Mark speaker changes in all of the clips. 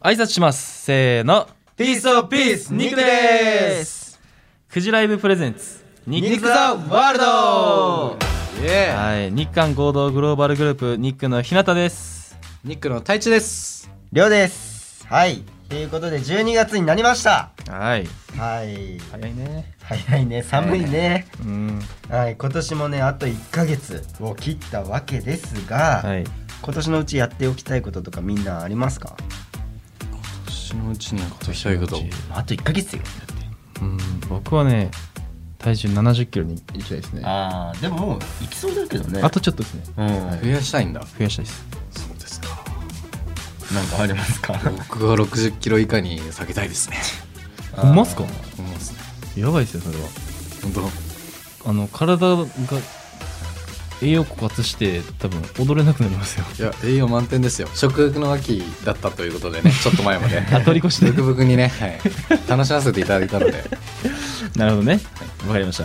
Speaker 1: 挨拶しますせーの
Speaker 2: ピースオブピース肉です
Speaker 1: フジライブプレゼンツ
Speaker 2: 肉ザワールドイエーイ
Speaker 1: はい日韓合同グローバルグループニックの日向です
Speaker 2: ニックの太一です
Speaker 3: りょうですはいということで12月になりました
Speaker 1: はい
Speaker 3: はい
Speaker 1: 早いね
Speaker 3: 早いね寒いね、
Speaker 1: うん
Speaker 3: はい今年もねあと1ヶ月を切ったわけですが、
Speaker 1: はい
Speaker 3: 今年のうちやっておきたいこととかみんなありますか
Speaker 2: 年のうちにやっときたいこと
Speaker 3: あと1ヶ月よ
Speaker 1: うん僕はね体重7 0キロにいきたいですねあ
Speaker 3: あーでももういきそうだけどね
Speaker 1: とちょっとですね
Speaker 3: うん、
Speaker 2: 増やしたいんだ
Speaker 1: 増やしたいです
Speaker 2: そうですか
Speaker 3: なん かありますか
Speaker 2: 僕は60キロ以下に下げたいですね
Speaker 3: あー
Speaker 1: ほんますか
Speaker 2: 思いますね
Speaker 1: やばいですよそれは
Speaker 2: 本当
Speaker 1: あの体が栄養枯渇して多分踊れなくなりますよ
Speaker 2: いや栄養満点ですよ食欲の秋だったということでねちょっと前 まで
Speaker 1: あ取り越し
Speaker 2: ブ
Speaker 1: て
Speaker 2: クブクにね、はい、楽しませていただいたので
Speaker 1: なるほどねわかりました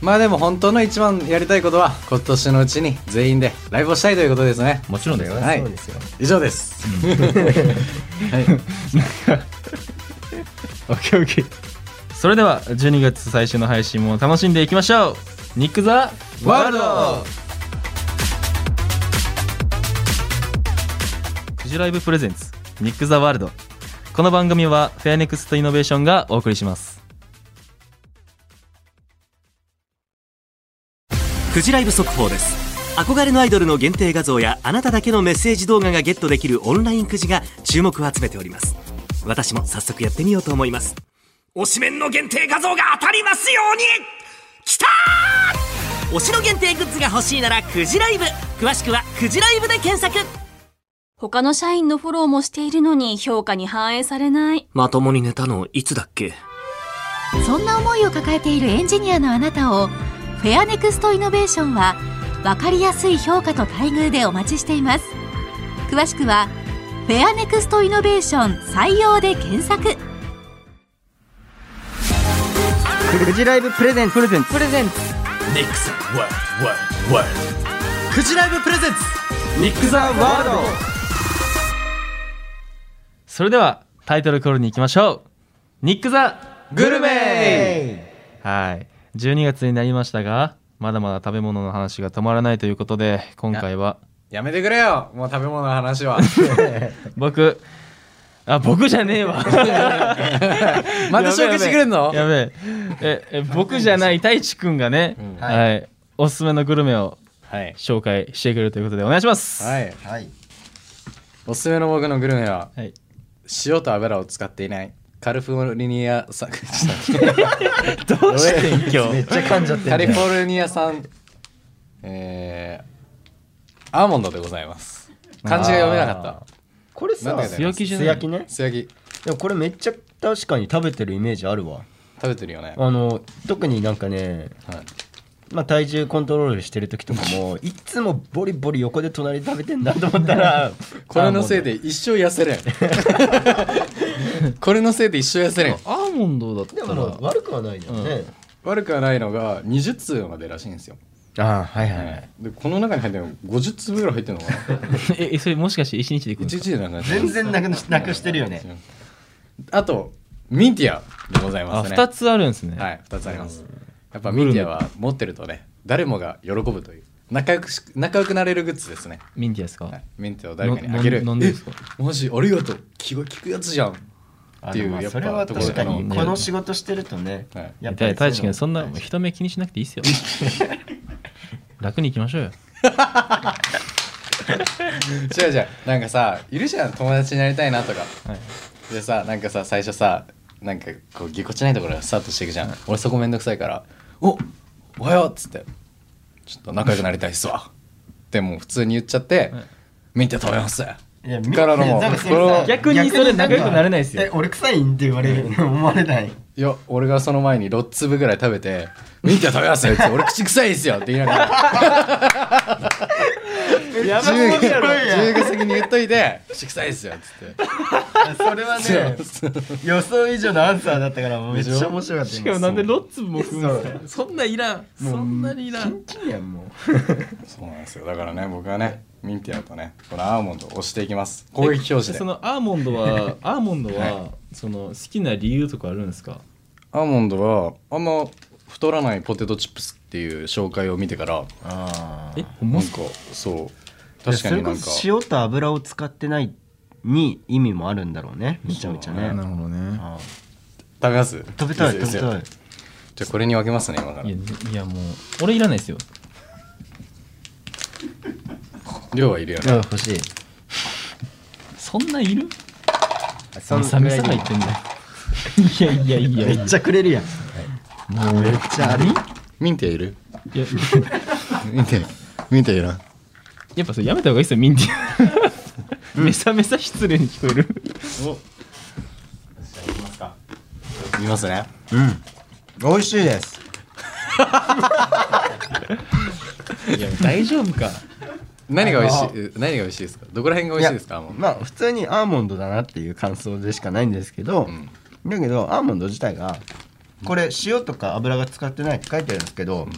Speaker 2: まあでも本当の一番やりたいことは今年のうちに全員でライブをしたいということですね
Speaker 1: もちろん
Speaker 3: そ
Speaker 1: で
Speaker 3: れ
Speaker 1: す
Speaker 3: は
Speaker 1: よ
Speaker 2: はい
Speaker 3: そうですよ、
Speaker 2: 以上です、 はい、
Speaker 1: オッケーオッケーそれでは12月最終の配信も楽しんでいきましょうニック・ザ・
Speaker 2: ワールド
Speaker 1: フジライブプレゼンツニック・ザ・ワールドこの番組はフェアネクストイノベーションがお送りします
Speaker 4: フジライブ速報です憧れのアイドルの限定画像やあなただけのメッセージ動画がゲットできるオンラインくじが注目を集めております私も早速やってみようと思います推しメンの限定画像が当たりますようにきたー推しの限定グッズが欲しいならくじライブ詳しくはくじライブで検索
Speaker 5: 他の社員のフォローもしているのに評価に反映されない。
Speaker 4: まともに寝たのいつだっけ
Speaker 6: そんな思いを抱えているエンジニアのあなたをフェアネクストイノベーションは分かりやすい評価と待遇でお待ちしています詳しくはフェアネクストイノベーション採用で検索
Speaker 3: フジライブプレゼンツプレゼンツプレゼンツ
Speaker 4: くじライブプレゼンツ
Speaker 3: ニック・ザ・ワールド
Speaker 1: それではタイトルコールに行きましょうニック・ザ・
Speaker 2: グルメ
Speaker 1: はい12月になりましたがまだまだ食べ物の話が止まらないということで今回は
Speaker 2: やめてくれよもう食べ物の話 は
Speaker 1: 僕あ僕じゃねえわ
Speaker 2: また紹介してくれんの
Speaker 1: やべえええ僕じゃない太一くんがね、はい、おすすめのグルメを
Speaker 2: はい、
Speaker 1: 紹介してくれるということでお願いします、
Speaker 2: はいい、
Speaker 3: はい
Speaker 2: おすすめの僕のグルメは
Speaker 1: はい、
Speaker 2: 塩と油を使っていないカルフォルニア 産
Speaker 1: どうしてん今
Speaker 3: めっ
Speaker 1: 日
Speaker 3: ちゃ噛んじゃって
Speaker 2: カリ
Speaker 3: る
Speaker 2: フォルニア産えー、アーモンドでございます漢字が読めなかっ
Speaker 3: これさ
Speaker 2: なんだよ
Speaker 1: 素焼きじゃ
Speaker 3: 素
Speaker 1: ない
Speaker 3: 焼きね
Speaker 2: た素焼き
Speaker 3: でもこれめっちゃ確かに食べてるイメージあるわ
Speaker 2: 食べてるよね、は
Speaker 3: あの特になんかね、
Speaker 2: い、
Speaker 3: まあ、体重コントロールしてる時とか もいつもボリボリ横で隣で食べてんだと思ったら
Speaker 2: これのせいで一生痩せれん これのせいで一生痩せれん
Speaker 1: アーモンドだった
Speaker 3: で
Speaker 1: ら
Speaker 3: も悪くはないじゃんね、
Speaker 2: 悪くはないのが20通までらしいんですよ、
Speaker 3: ああはいはいはい
Speaker 2: でこの中に入ってるの50通ぐらい入ってるのかな
Speaker 1: ええそれもしかして一日で行くん
Speaker 2: 一
Speaker 1: ですか
Speaker 2: 日でなんか
Speaker 3: 全然なくしなくしてるよね
Speaker 2: あとミンティアでござい
Speaker 1: あ
Speaker 2: ますね
Speaker 1: 二つあるんですね、
Speaker 2: はい、2つあります。やっぱミンティアは持ってるとね、誰もが喜ぶという、仲良くし仲良くなれるグッズですね。
Speaker 1: ミンティアですか、
Speaker 2: はい、ミンティアを誰かにあげる。
Speaker 1: ののなんでですか
Speaker 2: えマジありがとう。気が利くやつじゃん。っていう
Speaker 3: あのまあ
Speaker 2: やっぱ
Speaker 3: それは
Speaker 2: ところ
Speaker 3: 確かに
Speaker 1: ね
Speaker 3: この仕事してるとね、
Speaker 2: はい
Speaker 3: やっぱり
Speaker 1: 太一
Speaker 3: うい
Speaker 1: 君
Speaker 3: う
Speaker 1: そんな人目気にしなくていいっすよ楽に行きましょうよ
Speaker 2: 違う違う、なんかさ、いるじゃん、友達になりたいなとか。
Speaker 1: はい
Speaker 2: でさ、なんかさ、最初さ、なんかこうぎこちないところからスタートしていくじゃん。俺そこめんどくさいから、おおはようっつって、ちょっと仲良くなりたいっすわ。ってもう普通に言っちゃって、ミンティア食べます。
Speaker 3: いや
Speaker 2: からのも
Speaker 3: なん かそれ
Speaker 2: こ
Speaker 3: さ
Speaker 2: の
Speaker 1: 逆にそれ仲良くなれないですよ
Speaker 3: え俺臭いんって言われるの思われない
Speaker 2: いや俺がその前に6粒ぐらい食べて「ミンティア食べますよ」って 俺口臭いですよ」って言いながら
Speaker 1: や
Speaker 2: 自由が
Speaker 3: やばいやん
Speaker 2: 自由が先に言っといて「口臭いですよ」っつって
Speaker 3: それ はね予想以上のアンサーだったからもうめっちゃ面白かった
Speaker 1: しかもなんでロッツも食うん
Speaker 3: そう
Speaker 1: すかそんないらんそんなにいらん
Speaker 3: キンキンやんもう
Speaker 2: そうなんですよだからね僕はねミンティアとねこのアーモンドを押していきます攻撃表示
Speaker 1: そ
Speaker 2: で
Speaker 1: のアーモンドはアーモンドは、
Speaker 2: は
Speaker 1: その好きな理由とかあるんですか
Speaker 2: アーモンドはあんま太らないポテトチップスっていう紹介を見てから
Speaker 3: あ
Speaker 1: え
Speaker 3: え
Speaker 1: ほんまっ
Speaker 2: なん
Speaker 1: すか
Speaker 2: かそう確かになんか
Speaker 3: それこそ塩と油を使ってないに意味もあるんだろうねめちゃめちゃね
Speaker 1: なるほどね
Speaker 3: あ
Speaker 2: 食べます
Speaker 3: ー食べたい
Speaker 2: いいです
Speaker 3: 食べ
Speaker 2: よ
Speaker 3: たい
Speaker 2: じゃあこれに分けますね今から
Speaker 1: いやいやもう俺いらないですよ
Speaker 2: 量はいるよ
Speaker 3: うん
Speaker 2: ね
Speaker 3: 欲しい
Speaker 1: そんないる
Speaker 3: そ
Speaker 1: そ
Speaker 3: ん
Speaker 1: ん
Speaker 3: な
Speaker 1: サ
Speaker 3: ぐ
Speaker 1: メ
Speaker 3: らい
Speaker 1: さ
Speaker 3: で
Speaker 1: 入ってんだよいやいやいや
Speaker 3: めっちゃくれるやん
Speaker 1: もうめっ
Speaker 3: ちゃある
Speaker 2: ミンティアいる
Speaker 1: いや
Speaker 2: ミンティアミンティアいらん
Speaker 1: やっぱそれやめた方がいいですよミンティアめさめさ失礼に聞こえる
Speaker 2: いきますかいきますね
Speaker 3: 美味しいです
Speaker 1: いや大丈夫か
Speaker 2: 何が美味しい何が美味しいですかどこら辺が美味しいですかアーモンド
Speaker 3: まあ普通にアーモンドだなっていう感想でしかないんですけど、
Speaker 2: ん
Speaker 3: だけどアーモンド自体がこれ塩とか油が使ってないって書いてあるんですけど、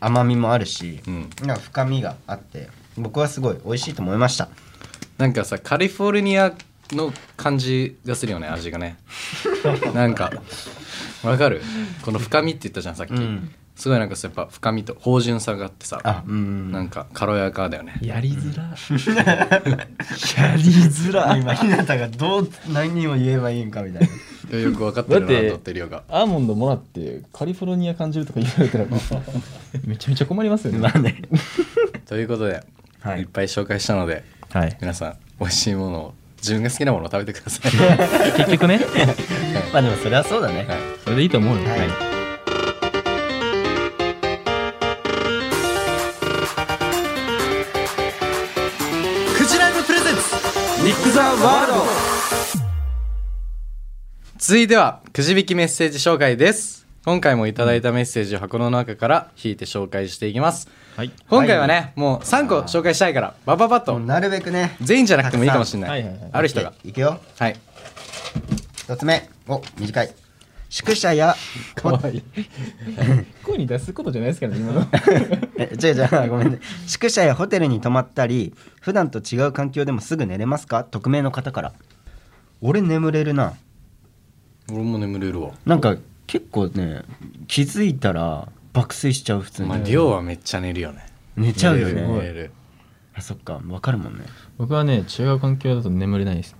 Speaker 3: 甘みもあるし、
Speaker 2: うん
Speaker 3: なんか深みがあって僕はすごい美味しいと思いました
Speaker 2: なんかさカリフォルニアの感じがするよね味がねなんかわかるこの深みって言ったじゃんさっき、
Speaker 3: ん
Speaker 2: すごいなんかさやっぱ深みと芳醇さがあってさ
Speaker 3: あうん
Speaker 2: なんか軽やかだよね
Speaker 1: やりづらやりづら
Speaker 3: 今ひなたがどう何を言えばいいんかみたいな
Speaker 2: よくわかってる
Speaker 1: だって
Speaker 2: なとってるよが
Speaker 1: アーモンドもらってカリフォルニア感じるとか言われたらめちゃめちゃ困りますよ ね。
Speaker 2: ということで、
Speaker 3: はい
Speaker 2: い、っぱい紹介したので
Speaker 1: はい、
Speaker 2: 皆さん美味しいものを自分が好きなものを食べてくださいは
Speaker 1: 結局ね
Speaker 3: まあでもそれはそうだね、
Speaker 2: い
Speaker 1: それでいいと思うよ。
Speaker 3: はい
Speaker 4: クジライブプレゼンツニック・ザ・ワールド
Speaker 2: 続いてはくじ引きメッセージ紹介です今回もいただいたメッセージを箱の中から引いて紹介していきます
Speaker 1: はい
Speaker 2: 今回はね、もう3個紹介したいからバババッ
Speaker 3: も
Speaker 2: と
Speaker 3: うなるべくね
Speaker 2: 全員じゃなくてもいいかもしれない、
Speaker 1: たくさんはいはいはい
Speaker 2: ある人が
Speaker 3: いくよ
Speaker 2: はい
Speaker 3: 一つ目お短い宿舎や
Speaker 1: かわいい。声に出すことじゃないですからね今の。
Speaker 3: え違う違うごめ んね宿舎やホテルに泊まったり普段と違う環境でもすぐ寝れますか匿名の方から俺眠れるな
Speaker 2: 俺も眠れるわ
Speaker 3: なんか結構ね気づいたら爆睡しちゃう普通
Speaker 2: まあ
Speaker 3: に
Speaker 2: 量はめっちゃ寝るよね
Speaker 3: 寝ちゃうよ
Speaker 2: 寝れる寝れ
Speaker 3: ね
Speaker 2: る
Speaker 3: あそっかわかるもんね
Speaker 1: 僕はね違う環境だと眠れないです。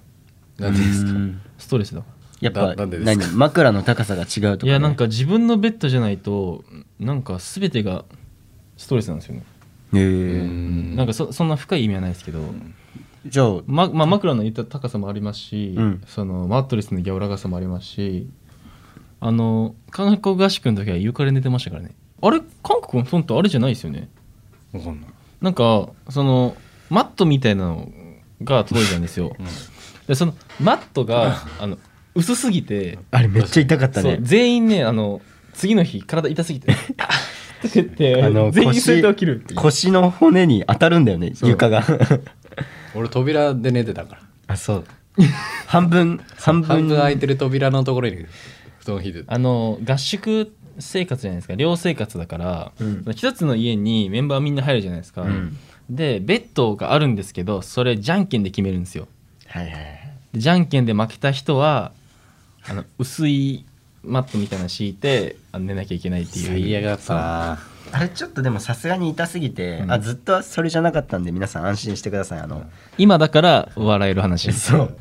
Speaker 2: なんでですか
Speaker 3: うん
Speaker 1: ストレスだか
Speaker 3: やっぱ
Speaker 2: ななんでですか
Speaker 3: 何枕の高さが違うとか、
Speaker 1: ら。い
Speaker 3: ね、
Speaker 1: やなんか自分のベッドじゃないとなんかすべてがストレスなんですよね。
Speaker 3: へえ
Speaker 2: うん
Speaker 1: なんかそそんな深い意味はないですけど。
Speaker 3: じゃあ
Speaker 1: ままあ、枕の言った高さもありますし、
Speaker 3: うん
Speaker 1: そのマットレスの柔らかさもありますしあの韓国合宿の時は床で寝てましたからねあれ韓国の布団ってあれじゃないですよね
Speaker 2: わかんない
Speaker 1: なんかそのマットみたいなのが届いたんですよ、でそのマット があの薄すぎて、
Speaker 3: あれめっちゃ痛かった
Speaker 1: そう
Speaker 3: ね
Speaker 1: 全員ねあの次の日体痛すぎてあっって言って
Speaker 3: あの
Speaker 1: 全員それ
Speaker 3: 腰
Speaker 1: で起きるっていう
Speaker 3: 腰の骨に当たるんだよね床 が
Speaker 2: 俺扉で寝てたから
Speaker 3: あそう半分半分
Speaker 2: 半分開いてる扉のところに布団引いてた
Speaker 1: あの合宿生活じゃないですか寮生活だから、
Speaker 3: うん
Speaker 1: その一つの家にメンバーみんな入るじゃないですか、
Speaker 3: うん
Speaker 1: でベッドがあるんですけどそれじゃんけんで決めるんですよ
Speaker 3: はいはいはい
Speaker 1: でじゃんけんで負けた人はあの薄いマットみたいなの敷いてあの寝なきゃいけないっていう
Speaker 2: 最悪だったな
Speaker 3: あれちょっとでもさすがに痛すぎて、あずっとそれじゃなかったんで皆さん安心してくださいあの、
Speaker 1: 今だから笑える話
Speaker 3: そう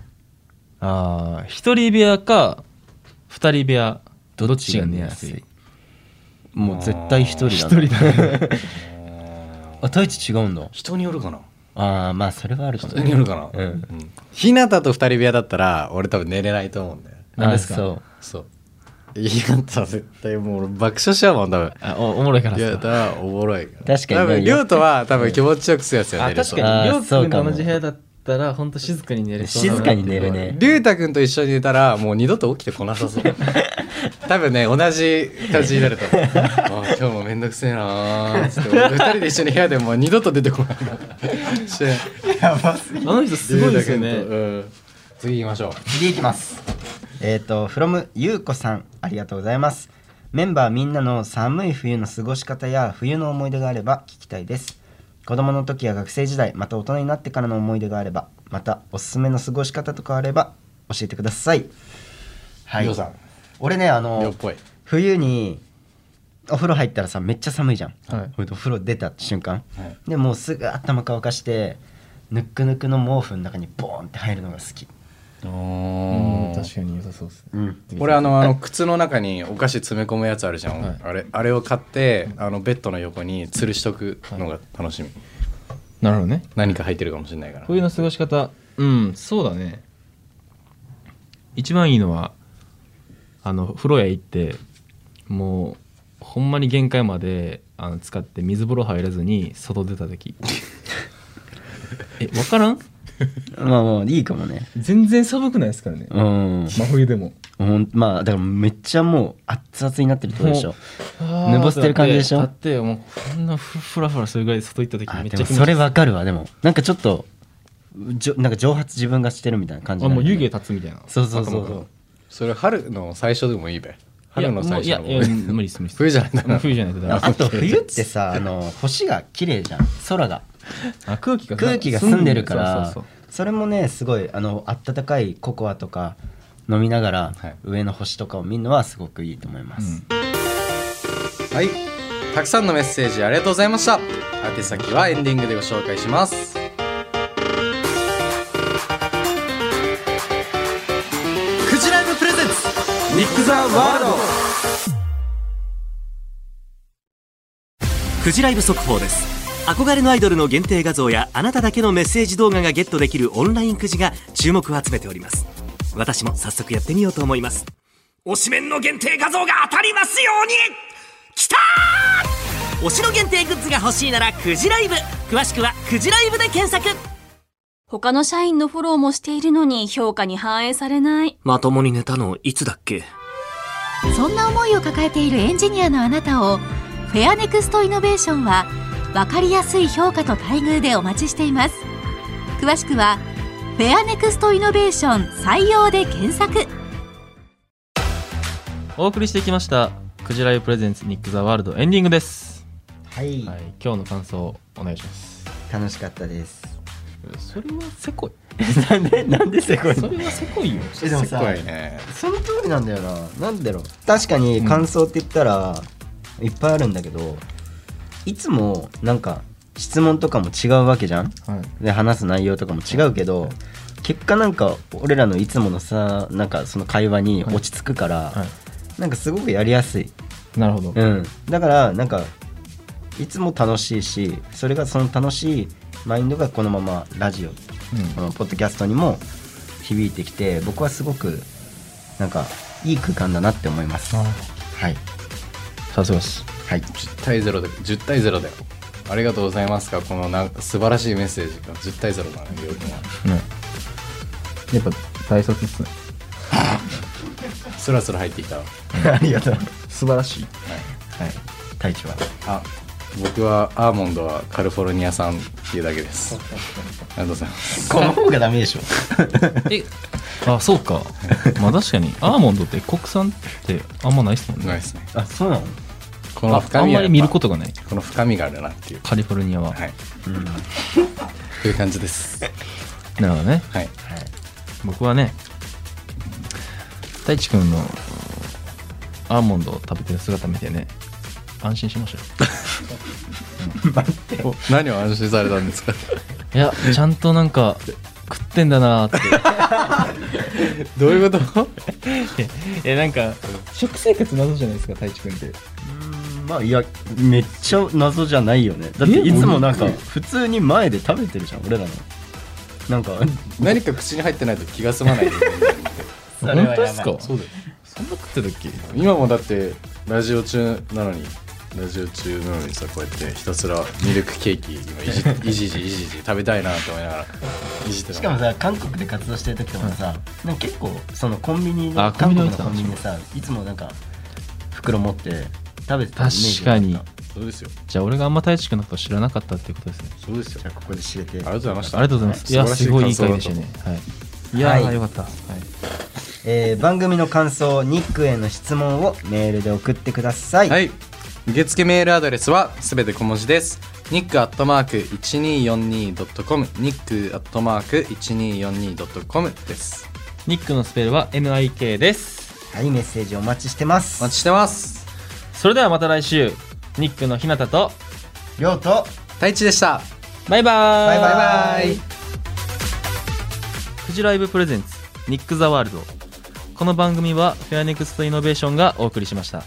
Speaker 1: ああ一人部屋か二人部屋どっちが寝やすい
Speaker 3: もう絶対一人だ一人だ あ太一違うんだ
Speaker 2: 人によるかな
Speaker 3: ああまあそれはあるかも
Speaker 2: 人によるかな
Speaker 3: う
Speaker 2: うんん日向と二人部屋だったら俺多分寝れないと思うんだよ
Speaker 1: 何ですか
Speaker 3: あそう
Speaker 2: そういやだったら絶対もう俺爆笑しちゃうもん多分
Speaker 1: あおおもろいから
Speaker 2: いや
Speaker 1: さ
Speaker 2: だからおもろいから
Speaker 3: 確かに
Speaker 2: 多
Speaker 3: ね
Speaker 2: 分亮とは多分気持ちよくするやつよ
Speaker 1: あ
Speaker 2: ね
Speaker 1: 確
Speaker 3: あ
Speaker 1: かに
Speaker 3: ー
Speaker 1: りょう
Speaker 3: そ
Speaker 1: く
Speaker 3: うんか
Speaker 1: と
Speaker 3: も
Speaker 1: 同じ部屋だったら本当静かに寝れそうだな
Speaker 3: 静かに寝るね
Speaker 2: りゅうたくんと一緒に寝たらもう二度と起きてこなさそう 多分ね同じ感じになると思うあー今日もめんどくせえなーっつって俺二人で一緒に部屋でもう二度と出てこな いして
Speaker 1: あの人すごいですよ
Speaker 2: りゅうたくんと
Speaker 1: ね
Speaker 2: うん次行きましょう
Speaker 3: 次いきますえっ、と from ゆうこさんありがとうございますメンバーみんなの寒い冬の過ごし方や冬の思い出があれば聞きたいです子供の時や学生時代また大人になってからの思い出があればまたおすすめの過ごし方とかあれば教えてくださいはい
Speaker 2: りょうさん
Speaker 3: 俺ねあ
Speaker 2: 量っ
Speaker 3: の
Speaker 2: ぽい
Speaker 3: 冬にお風呂入ったらさめっちゃ寒いじゃん、
Speaker 1: はい
Speaker 3: お風呂出た瞬間、
Speaker 2: はい
Speaker 3: でもうすぐ頭乾かしてぬっくぬくの毛布の中にボーンって入るのが好き
Speaker 1: うん
Speaker 2: お
Speaker 1: 確かに良さそうですね
Speaker 3: うん
Speaker 2: 俺あのあの靴の中にお菓子詰め込むやつあるじゃん、
Speaker 1: はい
Speaker 2: あれあれを買ってあのベッドの横に吊るしとくのが楽しみ、
Speaker 1: なるほどね
Speaker 2: 何か入ってるかもしれないから
Speaker 1: 冬の過ごし方うんそうだね一番いいのはあの風呂屋行ってもうほんまに限界まであの使って水風呂入らずに外出た時え分からん
Speaker 3: まあもういいかもね
Speaker 1: 全然寒くないですからね
Speaker 3: うん
Speaker 1: 真冬でも
Speaker 3: ほんまあだからめっちゃもう熱々になってるってことでしょ
Speaker 1: もあー
Speaker 3: 寝ぼせてる感じでしょ
Speaker 1: だってだってもうこんなふふらふらするぐらい外行った時め
Speaker 3: あ
Speaker 1: っ
Speaker 3: で
Speaker 1: ちゃ
Speaker 3: も
Speaker 1: 気持ちいい
Speaker 3: それわかるわでもなんかちょっとじょなんか蒸発自分がしてるみたいな感じ
Speaker 1: あ
Speaker 3: に
Speaker 1: も
Speaker 3: な
Speaker 1: う
Speaker 3: るよね
Speaker 1: 湯気立つみたいな
Speaker 3: そうそうそう
Speaker 1: 頭
Speaker 3: そ
Speaker 1: が
Speaker 3: う
Speaker 2: それ春の最初でもいいべ春の最
Speaker 1: いや
Speaker 2: 初
Speaker 1: も
Speaker 2: の
Speaker 1: ういやいや無理です無理です
Speaker 2: 冬じゃないんだな
Speaker 1: うん冬じゃないとダメ
Speaker 3: あと冬ってさあの星が綺麗じゃん空が
Speaker 1: あ空気が
Speaker 3: 空気が澄んでるから
Speaker 1: そうそうそう
Speaker 3: それもねすごいあの暖かいココアとか飲みながら、
Speaker 2: はい
Speaker 3: 上の星とかを見るのはすごくいいと思います、
Speaker 2: はいたくさんのメッセージありがとうございました宛先はエンディングでご紹介します
Speaker 4: クジライブプレゼンツ
Speaker 2: ニック・ザ・ワールド
Speaker 4: クジライブ速報です憧れのアイドルの限定画像やあなただけのメッセージ動画がゲットできるオンラインくじが注目を集めております私も早速やってみようと思います推しメンの限定画像が当たりますようにきたー推しの限定グッズが欲しいならクジライブ詳しくはクジライブで検索
Speaker 5: 他の社員のフォローもしているのに評価に反映されない。
Speaker 4: まともに寝たのいつだっけ
Speaker 6: そんな思いを抱えているエンジニアのあなたをフェアネクストイノベーションは分かりやすい評価と待遇でお待ちしています詳しくはフェアネクストイノベーション採用で検索
Speaker 1: お送りしてきましたクジライブプレゼンツニック・ザ・ワールドエンディングです、
Speaker 3: はい、
Speaker 1: はい、今日の感想お願いします
Speaker 3: 楽しかったです
Speaker 1: それはせこい
Speaker 3: なんでなんでせこい
Speaker 1: それはせこいよ
Speaker 3: えでもさ
Speaker 2: すごいね
Speaker 3: その通りなんだよななんだろう確かに感想って言ったら、いっぱいあるんだけどいつもなんか質問とかも違うわけじゃん
Speaker 1: はい
Speaker 3: で話す内容とかも違うけど結果なんか俺らのいつものさなんかその会話に落ち着くから、
Speaker 1: はい
Speaker 3: なんかすごくやりやすい、
Speaker 1: なるほど、
Speaker 3: うん、だからなんかいつも楽しいしそれがその楽しいマインドがこのままラジオこのポッドキャストにも響いてきて僕はすごくなんかいい空間だなって思います
Speaker 1: あ
Speaker 3: はい
Speaker 1: さすがです
Speaker 3: はい
Speaker 2: 10対0で10対0だよありがとうございますかこのな素晴らしいメッセージが10対0だねりょうくんは
Speaker 1: ねやっぱ大卒っすね
Speaker 2: スラスラ入ってきたわ
Speaker 3: ありがとう
Speaker 1: 素晴らしい
Speaker 3: はい隊長は
Speaker 2: あ僕はアーモンドはカルフォルニア産っていうだけですありがとうございます
Speaker 3: この方がダメでしょ
Speaker 1: えあそうかまあ確かにアーモンドって国産ってあんまないっすもんね
Speaker 2: ないですね
Speaker 3: あそうなの
Speaker 2: この
Speaker 1: あ
Speaker 2: 深
Speaker 1: あん
Speaker 2: み
Speaker 1: まり
Speaker 2: はやっぱ
Speaker 1: 見ることがない
Speaker 2: この深みがあるなっていう
Speaker 1: カリフォルニアは、
Speaker 2: はい、という感じです
Speaker 1: なるほどね
Speaker 2: はい
Speaker 1: 僕はね太一くんのアーモンドを食べてる姿見てね安心しましたよ
Speaker 2: お何を安心されたんですか
Speaker 1: いやちゃんとなんか食ってんだなーっ
Speaker 2: どういうこと
Speaker 1: ていやなんか食生活謎じゃないですか太一くんって
Speaker 3: まあいやめっちゃ謎じゃないよねだっていつもなんか普通に前で食べてるじゃん俺らのなんか
Speaker 2: 何か口に入ってないと気が済まない
Speaker 3: それ
Speaker 1: 本
Speaker 3: はやばい
Speaker 1: 当ですか
Speaker 2: そうだよ
Speaker 1: そんな食ってたっけ
Speaker 2: 今もだってラジオ中なのにラジオ中なのにさこうやってひたすらミルクケーキ今い じいじいじいじいじ食べたいなと思いながらいじって
Speaker 3: しかも
Speaker 2: さ
Speaker 3: さ韓国で活動してる時とかもさ、なんか結構そのコンビニ
Speaker 1: あ
Speaker 3: の
Speaker 1: コンビ
Speaker 3: 韓
Speaker 1: ニのや
Speaker 3: 国の
Speaker 1: つだ
Speaker 3: コンビニでさいつもなんか袋持って食べてたイメージ
Speaker 1: 確かに
Speaker 2: そうですよ
Speaker 1: じゃあ俺があんま太一くんのこと知らなかったっていうことですね
Speaker 2: そうですよ
Speaker 3: じゃあここで知れて
Speaker 2: ありがとうございまし
Speaker 1: あ
Speaker 2: た
Speaker 1: りがとうございますいや
Speaker 2: 素
Speaker 1: す
Speaker 2: 晴ら
Speaker 1: ごい
Speaker 2: し
Speaker 1: いい回
Speaker 2: 感
Speaker 1: でし
Speaker 2: 想
Speaker 1: た
Speaker 2: だと
Speaker 1: ねはいいやー、
Speaker 3: はい
Speaker 1: よかった、はい、
Speaker 3: えー番組の感想ニックへの質問をメールで送ってください、
Speaker 2: はい受付メールアドレスはすべて小文字ですニックアットマーク 1242.com ニックアットマーク 1242.com です
Speaker 1: ニックのスペルは NIK です
Speaker 3: はいメッセージお待ちしてます
Speaker 2: お待ちしてます
Speaker 1: それではまた来週ニックのひなたと
Speaker 3: りょうと
Speaker 2: 太一でした
Speaker 1: バイバーイ
Speaker 3: バイバイ
Speaker 1: フジライブプレゼンツニック・ザ・ワールドこの番組はフェアネクストイノベーションがお送りしました